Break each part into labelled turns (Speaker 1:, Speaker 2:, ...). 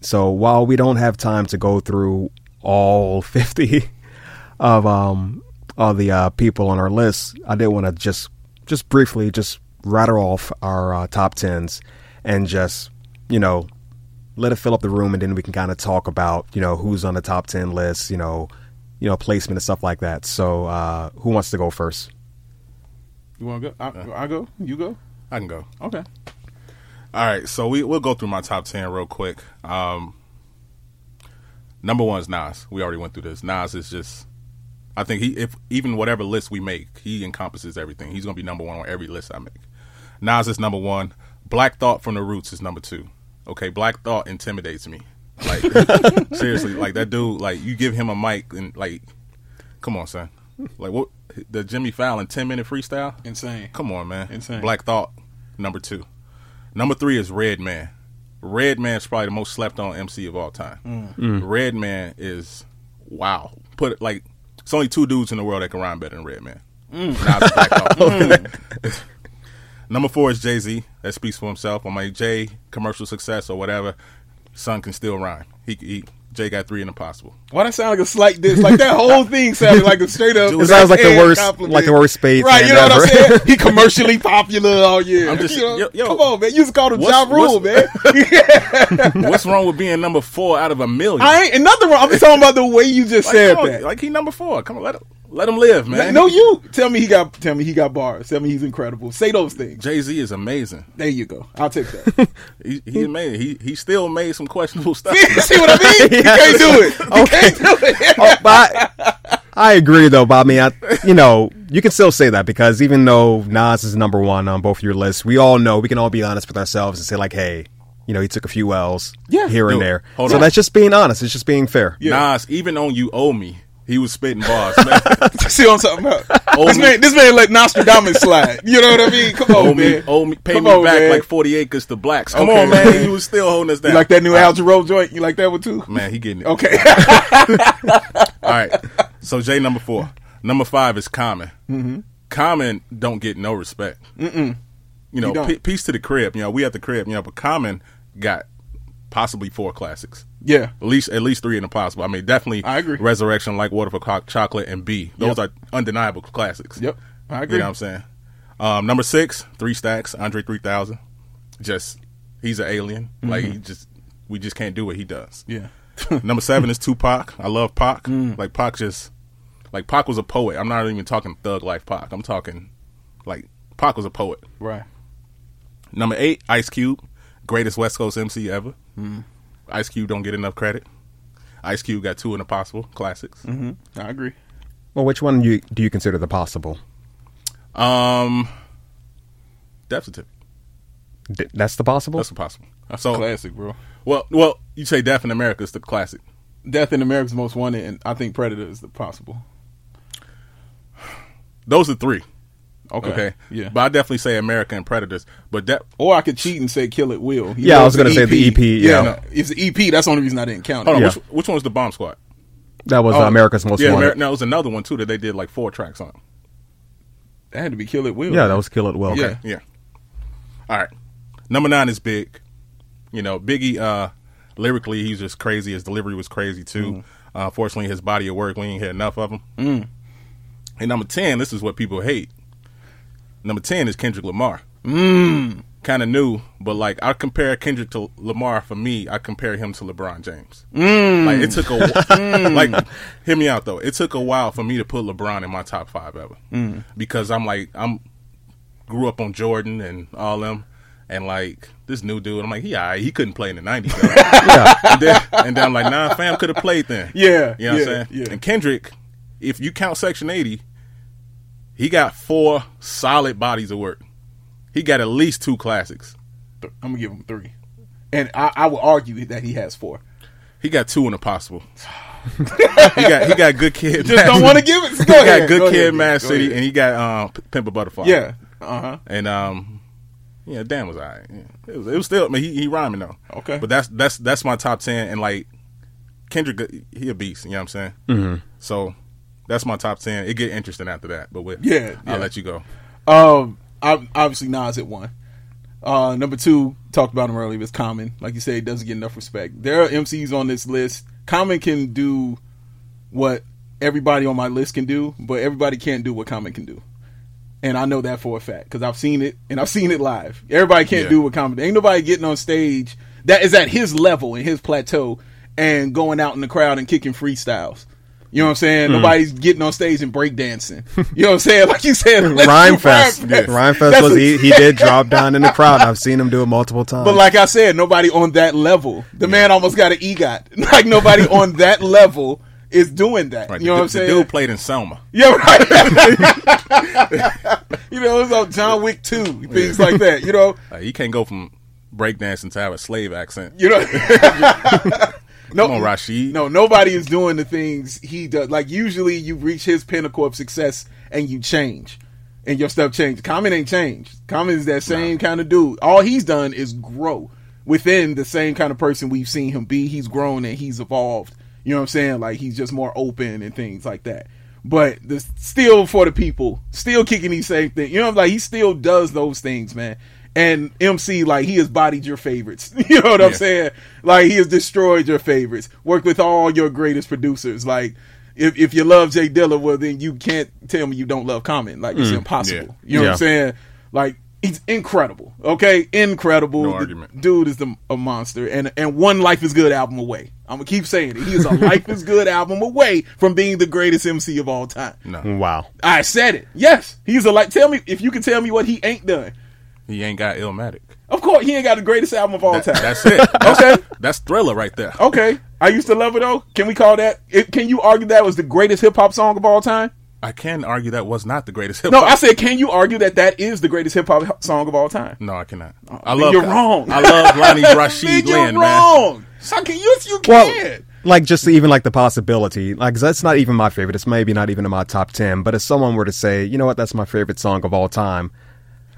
Speaker 1: So while we don't have time to go through all 50 of um, all the uh, people on our list, I did want to just just briefly just rattle off our uh, top tens and just you know let it fill up the room, and then we can kind of talk about you know who's on the top ten list, you know, you know placement and stuff like that. So uh, who wants to go first?
Speaker 2: You want to go? I, I go. You go.
Speaker 3: I can go.
Speaker 2: Okay.
Speaker 3: All right, so we we'll go through my top ten real quick. Um, number one is Nas. We already went through this. Nas is just, I think he if even whatever list we make, he encompasses everything. He's gonna be number one on every list I make. Nas is number one. Black Thought from the Roots is number two. Okay, Black Thought intimidates me. Like seriously, like that dude. Like you give him a mic and like, come on, son. Like what the Jimmy Fallon ten minute freestyle?
Speaker 2: Insane.
Speaker 3: Come on, man.
Speaker 2: Insane.
Speaker 3: Black Thought, number two. Number three is Red Man. Red Man's probably the most slept on MC of all time.
Speaker 2: Mm.
Speaker 3: Red Man is wow. Put it like it's only two dudes in the world that can rhyme better than Red Man. Nas and Black Thought. Number four is Jay Z. That speaks for himself. On my Jay commercial success or whatever, son can still rhyme. He, he Jay got three in Impossible.
Speaker 2: Why that sound like a slight diss? Like that whole thing sounded like a straight up.
Speaker 1: It sounds like the
Speaker 2: backhand
Speaker 1: worst-
Speaker 2: compliment.
Speaker 1: like the worst spade
Speaker 2: Right, you know
Speaker 1: hand
Speaker 2: what I'm
Speaker 1: ever.
Speaker 2: saying? He commercially popular all year.
Speaker 3: I'm just-
Speaker 2: You know?
Speaker 3: yo- yo.
Speaker 2: come on, man. You used to call him
Speaker 3: What's-
Speaker 2: Ja Rule, man.
Speaker 3: what's- What's wrong with being number four out of a million?
Speaker 2: I ain't and nothing wrong. I'm just talking about the way you just
Speaker 3: like,
Speaker 2: said
Speaker 3: come on,
Speaker 2: that.
Speaker 3: like he number four. Come on, let him let him live, man.
Speaker 2: no, you tell me he got. Tell me he got bars. Tell me he's incredible. Say those things.
Speaker 3: Jay Z is amazing.
Speaker 2: There you go. I'll take that.
Speaker 3: He, he made it. He he still made some questionable stuff.
Speaker 2: See what I mean? You can't do it. You can't do it.
Speaker 1: oh, but I, I agree though. But I mean, I, you know, you can still say that because even though Nas is number one on both your lists, we all know we can all be honest with ourselves and say like, hey, you know, he took a few L's
Speaker 2: Yeah.
Speaker 1: here and
Speaker 3: Dude,
Speaker 1: there.
Speaker 3: hold
Speaker 1: so
Speaker 3: on.
Speaker 1: that's just being honest. It's just being fair.
Speaker 3: Nas, even on you owe me, he was spitting bars. man.
Speaker 2: See what I'm talking about?
Speaker 3: Old
Speaker 2: this
Speaker 3: me.
Speaker 2: man, this man let Nostradamus slide. You know what I mean? Come on,
Speaker 3: owe
Speaker 2: man.
Speaker 3: me, owe me, pay
Speaker 2: Come
Speaker 3: me
Speaker 2: on,
Speaker 3: back
Speaker 2: man.
Speaker 3: like forty acres to blacks. Come
Speaker 2: Okay,
Speaker 3: on, man.
Speaker 2: man.
Speaker 3: You was still holding us down.
Speaker 2: You like that new Al Jarreau joint? You like that one too?
Speaker 3: Man, he getting it.
Speaker 2: Okay.
Speaker 3: All right. So Jay number four. Number five is Common. Mm-hmm. Common don't get no respect. Mm-mm. You know,
Speaker 2: don't.
Speaker 3: pe- peace to the crib. You know, we at the crib. You know, but Common got possibly four classics.
Speaker 2: yeah.
Speaker 3: At least, at least three in the possible. I mean, definitely.
Speaker 2: I agree.
Speaker 3: Resurrection, like water for Co- chocolate, and B. Those
Speaker 2: Yep.
Speaker 3: are undeniable classics.
Speaker 2: Yep. I agree.
Speaker 3: You know what I'm saying? Um, number six, three stacks, Andre 3000. Just he's an alien. Like
Speaker 2: Mm-hmm.
Speaker 3: he just, we just can't do what he does.
Speaker 2: Yeah.
Speaker 3: Number seven is Tupac. I love Pac.
Speaker 2: Mm.
Speaker 3: Like Pac just like Pac was a poet. I'm not even talking thug life Pac. I'm talking like Pac was a poet.
Speaker 2: Right.
Speaker 3: Number eight, Ice Cube, greatest West Coast MC ever.
Speaker 1: Hmm.
Speaker 3: Ice Cube don't get enough credit. Ice Cube got two in the possible classics.
Speaker 2: Mm-hmm. I agree.
Speaker 1: Well, which one you, do you consider the possible? Hmm.
Speaker 3: Um, death certificate.
Speaker 1: D- that's the possible.
Speaker 3: That's the possible. So
Speaker 2: Classic, bro.
Speaker 3: well, well, you say death in America is the classic.
Speaker 2: Death in America's Most Wanted, and I think Predator is the possible.
Speaker 3: Those are three.
Speaker 2: Okay.
Speaker 3: Okay.
Speaker 2: Yeah.
Speaker 3: But I definitely say America and Predators. But that
Speaker 2: or I could cheat and say Kill It Will. You
Speaker 1: Yeah, I
Speaker 2: know,
Speaker 1: was
Speaker 2: it's
Speaker 1: gonna
Speaker 2: an E
Speaker 1: say the EP, yeah.
Speaker 2: no, it's the EP. That's the only reason I didn't count it.
Speaker 3: E hold on,
Speaker 1: Yeah.
Speaker 3: which which one was the bomb squad?
Speaker 1: that was uh,
Speaker 2: Oh,
Speaker 1: America's Most
Speaker 3: Yeah,
Speaker 1: Wanted.
Speaker 3: Ameri- no, it was another one too that they did like four tracks on.
Speaker 2: That had to be Kill It Will.
Speaker 1: yeah, that was Kill It Will.
Speaker 2: Yeah.
Speaker 3: Yeah. All right. Number nine is Big. You know, Biggie, uh, lyrically, he's just crazy. His delivery was crazy too. Uh, fortunately, his body of work, we ain't had enough of him. And number 10, this is what people hate. Number 10 is Kendrick Lamar. Mm. Kind of new, but like I compare Kendrick to Lamar for me, I compare him to LeBron James. Like
Speaker 2: Mm.
Speaker 3: it took a like hear me out though. It took a while for me to put LeBron in my top 5 ever.
Speaker 2: Mm.
Speaker 3: Because I'm like I'm grew up on Jordan and all them, and like this new dude, I'm like, he alright, he couldn't play in the nineties. and, then, and then I'm like, nah, fam could have played then.
Speaker 2: Yeah,
Speaker 3: you know what
Speaker 2: yeah,
Speaker 3: I'm saying.
Speaker 2: yeah.
Speaker 3: And Kendrick, if you count Section eighty, he got four solid bodies of work. He got at least two classics.
Speaker 2: I'm gonna give him three, and I, I will argue that he has four.
Speaker 3: He got two in the possible. he got he got good kid.
Speaker 2: Just don't want to give it. Go
Speaker 3: He
Speaker 2: ahead.
Speaker 3: got good
Speaker 2: go
Speaker 3: kid,
Speaker 2: ahead,
Speaker 3: Mad
Speaker 2: go
Speaker 3: City,
Speaker 2: ahead.
Speaker 3: and he got um, P- Pimp a Butterfly.
Speaker 2: Yeah. Uh huh.
Speaker 3: and um, yeah, Dan was alright. Yeah. It was, it was still, I mean, he, he rhyming though.
Speaker 2: Okay.
Speaker 3: but that's that's that's my top ten, and like Kendrick, uh, he a beast. You know what I'm saying? Mm-hmm. So that's my top ten. It get interesting after that, but with
Speaker 2: Yeah, yeah.
Speaker 3: I'll let you go.
Speaker 2: Um, I, obviously Nas at one. Uh, number two, talked about him earlier, is Common. Like you said, he doesn't get enough respect. There are MCs on this list. Common can do what everybody on my list can do, but everybody can't do what Common can do. And I know that for a fact because I've seen it and I've seen it live. Everybody can't
Speaker 3: Yeah.
Speaker 2: do what Common. Ain't nobody getting on stage that is at his level and his plateau and going out in the crowd and kicking freestyles. You know what I'm saying?
Speaker 1: Mm-hmm.
Speaker 2: Nobody's getting on stage and breakdancing. You know what I'm saying? Like you said, let's do
Speaker 1: Rhyme Fest.
Speaker 2: Rhyme Fest.
Speaker 1: Rhyme Fest
Speaker 2: That's
Speaker 1: was
Speaker 2: a-
Speaker 1: he, he did drop down in the crowd. I've seen him do it multiple times.
Speaker 2: But like I said, nobody on that level. The man almost got an EGOT. Like nobody on that level is doing that.
Speaker 3: Right,
Speaker 2: You know
Speaker 3: the,
Speaker 2: what I'm
Speaker 3: the
Speaker 2: saying?
Speaker 3: dude played in Selma.
Speaker 2: Yeah, right. you know, it's like John Wick two things like that. You know,
Speaker 3: Like, you can't go from breakdancing to have a slave accent.
Speaker 2: you know. no,
Speaker 3: Come on, Rashid.
Speaker 2: no, nobody is doing the things he does. Like usually, you reach his pinnacle of success and you change, and your stuff changes. Common ain't changed. Common is that same kind of dude. All he's done is grow within the same kind of person we've seen him be. He's grown and he's evolved. You know what I'm saying? Like he's just more open and things like that. But the still for the people, still kicking these same things. You know, like he still does those things, man. And MC, like he has bodied your favorites. You know what I'm
Speaker 3: Yeah.
Speaker 2: saying? saying? Like he has destroyed your favorites. Worked with all your greatest producers. Like if, if you love Jay Dilla, well then you can't tell me you don't love Common. Like it's impossible.
Speaker 3: Mm, yeah.
Speaker 2: You know what
Speaker 1: Yeah.
Speaker 2: I'm saying? Like he's incredible. Okay, incredible.
Speaker 3: No
Speaker 2: The
Speaker 3: argument.
Speaker 2: Dude is the, a monster, and and one Life is Good album away. I'm gonna keep saying it. He is a Life is Good album away from being the greatest MC of all time.
Speaker 3: No,
Speaker 1: wow.
Speaker 2: I said it. Yes, he's a like. Tell me if you can tell me what he ain't done.
Speaker 3: he ain't got Illmatic.
Speaker 2: Of course, he ain't got the greatest album of all
Speaker 3: That-
Speaker 2: time.
Speaker 3: that's it. That's, okay, that's Thriller right there.
Speaker 2: Okay. I used to love it though. Can we call that? It, can you argue that was the greatest hip hop song of all time?
Speaker 3: I can argue that was not the greatest hip
Speaker 2: No,
Speaker 3: hop.
Speaker 2: I said, can you argue that that is the greatest hip hop song of all time?
Speaker 3: No, I cannot. I
Speaker 2: then
Speaker 3: love
Speaker 2: Oh, you're wrong.
Speaker 3: I love Lonnie
Speaker 2: Man,
Speaker 3: Rashid
Speaker 2: you're
Speaker 3: Lynn, man.
Speaker 2: wrong. How can you? You
Speaker 1: Well,
Speaker 2: can.
Speaker 1: like just even like the possibility, like 'cause that's not even my favorite. It's maybe not even in my top ten. But if someone were to say, you know what, that's my favorite song of all time,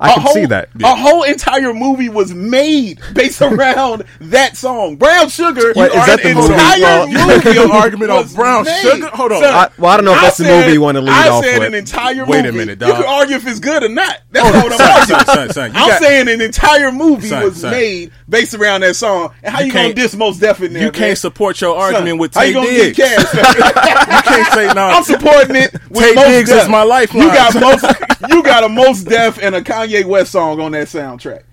Speaker 1: I can
Speaker 2: whole,
Speaker 1: see that.
Speaker 2: A whole entire movie was made based around that song. Brown Sugar.
Speaker 1: What,
Speaker 2: you
Speaker 1: is
Speaker 2: are
Speaker 1: that
Speaker 2: an
Speaker 1: the movie?
Speaker 2: entire
Speaker 3: uh,
Speaker 1: Well-
Speaker 2: movie?
Speaker 3: Your argument on
Speaker 2: was
Speaker 3: Brown
Speaker 2: made.
Speaker 3: Sugar? Hold on.
Speaker 2: Son,
Speaker 1: I- well, I don't know if that's the
Speaker 2: said-
Speaker 1: movie you wanna lead
Speaker 2: I
Speaker 1: off
Speaker 2: said
Speaker 1: with.
Speaker 2: an entire
Speaker 3: Wait a
Speaker 2: movie.
Speaker 3: minute,
Speaker 2: You
Speaker 3: dog.
Speaker 2: can argue if it's good or not. That's what I'm arguing.
Speaker 3: Son, son, son, you
Speaker 2: I'm
Speaker 3: got-
Speaker 2: saying an entire movie
Speaker 3: Son,
Speaker 2: was
Speaker 3: son.
Speaker 2: made based around that song. And how you,
Speaker 3: You
Speaker 2: gonna
Speaker 3: can't-
Speaker 2: diss most definitely?
Speaker 3: you can't support your
Speaker 2: Son,
Speaker 3: argument with
Speaker 2: how
Speaker 3: Tay
Speaker 2: you gonna
Speaker 3: Diggs.
Speaker 2: get cast?
Speaker 3: You can't say no.
Speaker 2: I'm supporting it. With
Speaker 3: Tay
Speaker 2: Mos
Speaker 3: Diggs
Speaker 2: Def.
Speaker 3: is my lifeline.
Speaker 2: You got most. You got a most Def and a Kanye West song on that soundtrack,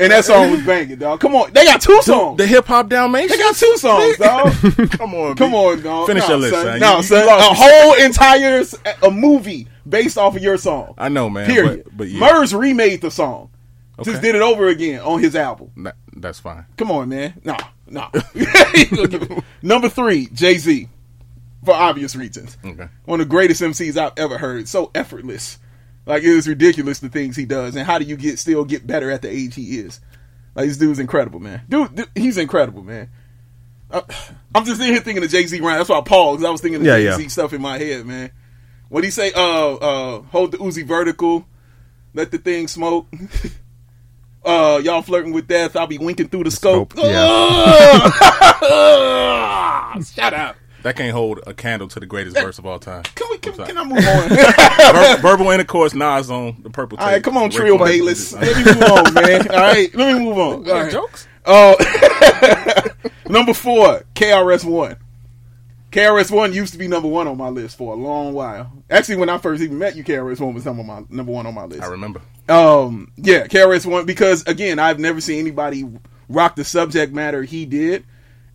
Speaker 2: and that song was banging, dog. Come on, they got two songs.
Speaker 3: the hip hop Dalmatian.
Speaker 2: They got two songs, dog.
Speaker 3: Come on,
Speaker 2: Come
Speaker 3: B.
Speaker 2: on, dog.
Speaker 3: Finish
Speaker 2: Nah,
Speaker 3: your list, son. You-
Speaker 2: Nah,
Speaker 3: you
Speaker 2: son. A whole entire s- a movie based off of your song.
Speaker 3: I know, man.
Speaker 2: Period.
Speaker 3: But, but yeah,
Speaker 2: Murs remade the song. Just
Speaker 3: Okay.
Speaker 2: did it over again on his album.
Speaker 3: Nah, that's fine.
Speaker 2: Come on, man. Nah, nah. Number three, Jay Z, for obvious reasons.
Speaker 3: Okay.
Speaker 2: One of the greatest MCs I've ever heard. So effortless. Like it is ridiculous the things he does, and how do you get still get better at the age he is? Like this dude's incredible, man. Dude, th- he's incredible, man. I, I'm just in here thinking of Jay Z rhyme. That's why I paused. 'cause I was thinking of
Speaker 1: Yeah,
Speaker 2: Jay Z
Speaker 1: yeah.
Speaker 2: stuff in my head, man. What would he say? Uh, uh, hold the Uzi vertical, let the thing smoke. uh, y'all flirting with death. I'll be winking through the scope.
Speaker 1: scope,
Speaker 2: Ugh! Shut up.
Speaker 3: That can't hold a candle to the greatest verse of all time.
Speaker 2: Can we? Can,
Speaker 3: I'm sorry.
Speaker 2: can I move on?
Speaker 3: Ver- verbal intercourse, Nas on the purple.
Speaker 2: All right,
Speaker 3: Tape.
Speaker 2: come on,
Speaker 3: Rick
Speaker 2: trio
Speaker 3: Ross.
Speaker 2: Bayless. Let me move on, man. All right, let me move on. All right.
Speaker 3: Jokes.
Speaker 2: Number four, KRS One. KRS One used to be number one on my list for a long while. Actually, when I first even met you, KRS One was number my number one on my list.
Speaker 3: I remember.
Speaker 2: Um, yeah, KRS One because again, I've never seen anybody rock the subject matter he did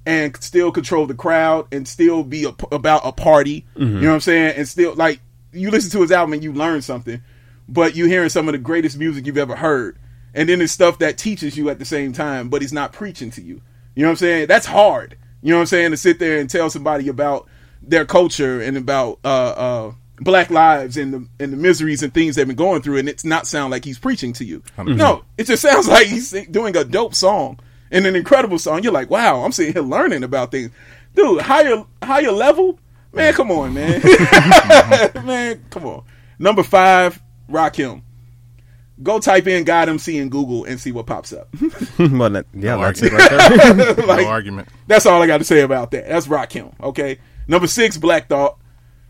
Speaker 2: and still control the crowd and still be a, about a party. You know what I'm saying? And still like you listen to his album and you learn something, but you hearing some of the greatest music you've ever heard, and then it's stuff that teaches you at the same time, but he's not preaching to you. You know what I'm saying? That's hard. You know what I'm saying? To sit there and tell somebody about their culture and about uh, uh, black lives and the and the miseries and things they've been going through, and it's not sound like he's preaching to you. No, it just sounds like he's doing a dope song and an incredible song. You're like, wow, I'm sitting here learning about things, dude. Higher higher level, man. Come on, man, man. Come on. Number five, Rock Him. Go type in God MC in Google and see what pops up.
Speaker 1: well, that, uh, yeah,
Speaker 2: Oh,
Speaker 3: No
Speaker 1: that's it.
Speaker 3: argument. Right there.
Speaker 2: Like-
Speaker 3: no argument.
Speaker 2: That's all I got to say about that. That's Rock Him. Okay. Number six, Black Thought.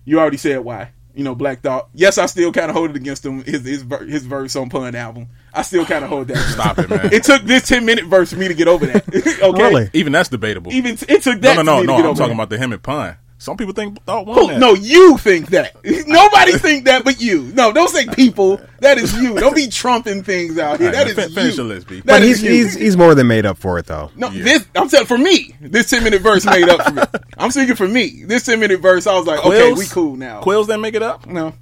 Speaker 2: You already said why. You know, Black Thought. Yes, I still kind of hold it against him. His his, ver- his verse on Pun album. I still kind of hold that.
Speaker 3: Stop it, man.
Speaker 2: It took this ten minute verse for me to get over that. okay,
Speaker 1: Really?
Speaker 3: Even that's debatable.
Speaker 2: even t- it took
Speaker 3: no,
Speaker 2: that.
Speaker 3: no,
Speaker 2: for me
Speaker 3: no, no.
Speaker 2: To get
Speaker 3: I'm
Speaker 2: over
Speaker 3: talking
Speaker 2: that.
Speaker 3: about the him and pun. Some people think thought one.
Speaker 2: Who- no, you think that. Nobody think that, but you. No, don't say people. That is you. Don't be trumping things out here. That is
Speaker 3: Fin- finish
Speaker 2: you.
Speaker 3: your list, B.
Speaker 2: That
Speaker 1: But he's,
Speaker 2: is you.
Speaker 1: he's he's more than made up for it though.
Speaker 2: No, this I'm saying for me, this ten minute verse made up for me. I'm speaking for me. This ten minute verse, I was like, okay,
Speaker 3: Quills?
Speaker 2: we cool now.
Speaker 3: Quills didn't make it up.
Speaker 2: No,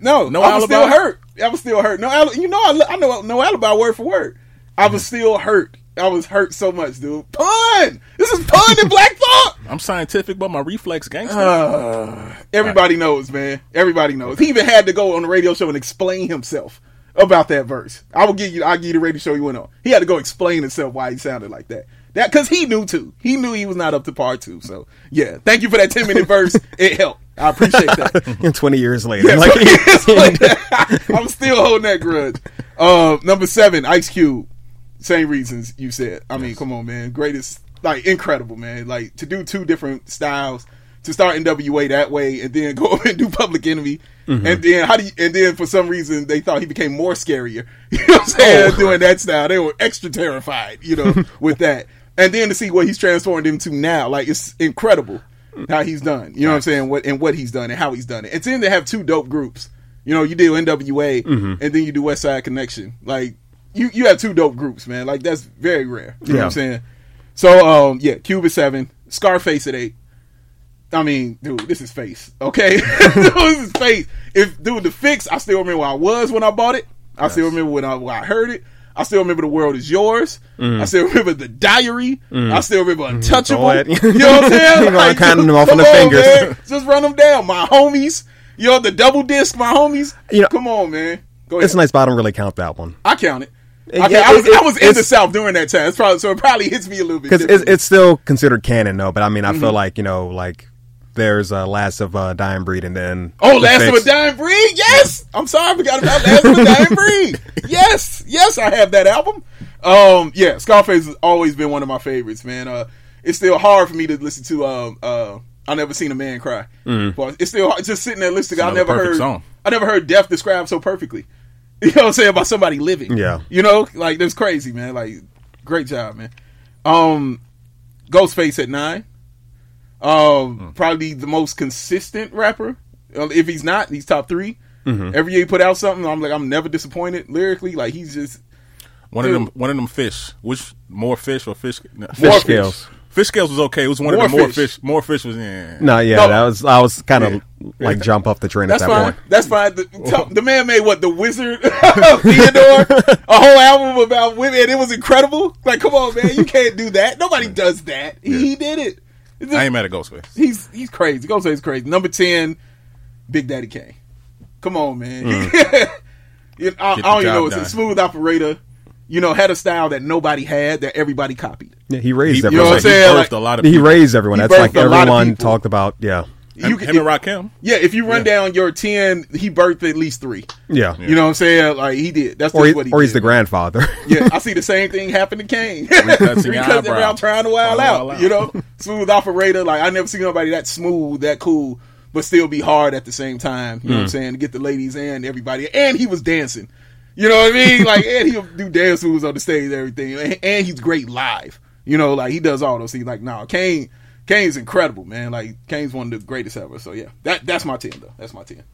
Speaker 2: no,
Speaker 3: No
Speaker 2: I was
Speaker 3: alibi?
Speaker 2: still hurt. I was still hurt. No, al- you know, I, li- I know no alibi word for word. I was still hurt. I was hurt so much, dude. Pun. This is pun and black thought.
Speaker 3: I'm scientific, but my reflex gangster.
Speaker 2: Everybody knows, man. Everybody knows. He even had to go on the radio show and explain himself about that verse. I will give you. I will give you the radio show he went on. He had to go explain himself why he sounded like that. That because he knew too. He knew he was not up to par two. So yeah, thank you for that ten minute verse. It helped. I appreciate that.
Speaker 1: And twenty years later,
Speaker 2: Yeah,
Speaker 1: like,
Speaker 2: so it's like that. I'm still holding that grudge. Uh, number seven, Ice Cube. Same reasons you said. I mean, come on, man. Greatest, like incredible, man. Like to do two different styles, to start NWA that way, and then go and do Public Enemy, and then how do you? And then for some reason they thought he became more scarier. You know what I'm saying? Doing that style, they were extra terrified. You know, with that, and then to see what he's transformed into now, like it's incredible how he's done. You know what I'm saying? What and what he's done and how he's done it. And then to have two dope groups. You know, you do NWA
Speaker 1: Mm-hmm.
Speaker 2: and then you do West Side Connection. Like you, you have two dope groups, man. Like that's very rare. You know what
Speaker 1: Yeah.
Speaker 2: I'm saying? So um yeah, Cuba seven, Scarface at eight. I mean, dude, this is face. Okay, this is face. If dude, the fix, I still remember where I was when I bought it. I still remember when I, when I heard it. I still remember the world is yours.
Speaker 1: Mm.
Speaker 2: I still remember the diary. I still remember
Speaker 1: Mm-hmm.
Speaker 2: untouchable.
Speaker 1: Go ahead.
Speaker 2: You know what I'm saying?
Speaker 1: You're gonna count them off on
Speaker 2: come
Speaker 1: the fingers.
Speaker 2: man. Just run them down, my homies. You know the double disc, my homies.
Speaker 1: You know-
Speaker 2: come on, man. Go ahead.
Speaker 1: it's nice, but I don't really count that one
Speaker 2: I count it. I,
Speaker 1: Yeah,
Speaker 2: count- I was
Speaker 1: it-
Speaker 2: I was in the
Speaker 1: it's-
Speaker 2: south during that time. It's probably, so it probably hits me a little bit.
Speaker 1: because it's,
Speaker 2: differently.
Speaker 1: it's still considered canon though. But I mean, I
Speaker 2: Mm-hmm.
Speaker 1: feel like you know, like there's uh, Last of uh, Dying Breed, and then
Speaker 2: Oh,
Speaker 1: The
Speaker 2: Last of a
Speaker 1: Fix.
Speaker 2: Dying Breed? Yes! I'm sorry, I forgot about Last of a Dying Breed. Yes, yes, I have that album. Um, yeah, Scarface has always been one of my favorites, man. Uh, it's still hard for me to listen to. Um, uh, I never seen a man cry. But it's still hard, just sitting there listening. I
Speaker 3: Mm-hmm. another
Speaker 2: never
Speaker 3: perfect
Speaker 2: heard.
Speaker 3: song.
Speaker 2: I never heard death described so perfectly. You know what I'm saying about somebody living.
Speaker 1: Yeah.
Speaker 2: you know, like that's crazy, man. Like, great job, man. Um, Ghostface at nine. Um,
Speaker 1: Hmm.
Speaker 2: probably the most consistent rapper. Uh, If he's not, he's top 3
Speaker 1: Mm-hmm.
Speaker 2: Every year he put out something, I'm like, I'm never disappointed lyrically. Like he's just
Speaker 3: one of them. One of them fish. Which more fish or fish? no, fish.
Speaker 1: Fish
Speaker 2: More fish.
Speaker 1: scales.
Speaker 3: Fish scales was okay. It was one
Speaker 2: More
Speaker 3: of the more
Speaker 2: fish.
Speaker 3: fish. More fish was in.
Speaker 1: No, yeah,
Speaker 2: No.
Speaker 1: that was I was kind of like jump off the train
Speaker 2: that's
Speaker 1: at that
Speaker 2: fine.
Speaker 1: point.
Speaker 2: That's fine. The, t- the man made what the Wizard Theodore, a whole album about women. and It was incredible. Like, come on, man, you can't do that. Nobody does that. He, he did it. It's just-
Speaker 3: I ain't mad at Ghostface.
Speaker 2: he's he's crazy. Go say he's crazy. Number ten, Big Daddy Kane. Come on, man. You know, I, I
Speaker 3: Get the
Speaker 2: don't even
Speaker 3: job
Speaker 2: know. It's
Speaker 3: done.
Speaker 2: a smooth operator. You know, had a style that nobody had that everybody copied.
Speaker 1: Yeah, he raised
Speaker 3: He-
Speaker 2: You know
Speaker 1: everyone.
Speaker 2: what I'm saying?
Speaker 3: He birthed
Speaker 2: Like,
Speaker 3: a lot of.
Speaker 1: He,
Speaker 3: people.
Speaker 1: raised everyone.
Speaker 2: He
Speaker 1: That's like
Speaker 2: birthed a lot of
Speaker 1: everyone
Speaker 2: people.
Speaker 1: talk about. Yeah,
Speaker 3: Him,
Speaker 2: You
Speaker 3: him and Rakim.
Speaker 2: yeah. If you run down your ten, he birthed at least three.
Speaker 1: yeah,
Speaker 2: You know what I'm saying? Like he did. That's just
Speaker 1: or he,
Speaker 2: what he
Speaker 1: or
Speaker 2: did.
Speaker 1: he's the grandfather.
Speaker 2: yeah, I see the same thing happen to Kane.
Speaker 3: Recutting your
Speaker 2: Recutting
Speaker 3: eyebrow.
Speaker 2: around trying to wild
Speaker 3: Wild
Speaker 2: out,
Speaker 3: out.
Speaker 2: You know? smooth operator. Like I never seen nobody that smooth, that cool, but still be hard at the same time. You know what I'm saying? To get the ladies and everybody. And he was dancing. You know what I mean? Like and he'll do dance moves on the stage and everything. And, and he's great live. You know, like he does all those things. Like, nah, Kane Kane's incredible, man. Like Kane's one of the greatest ever. So yeah. That that's my ten though. That's my ten.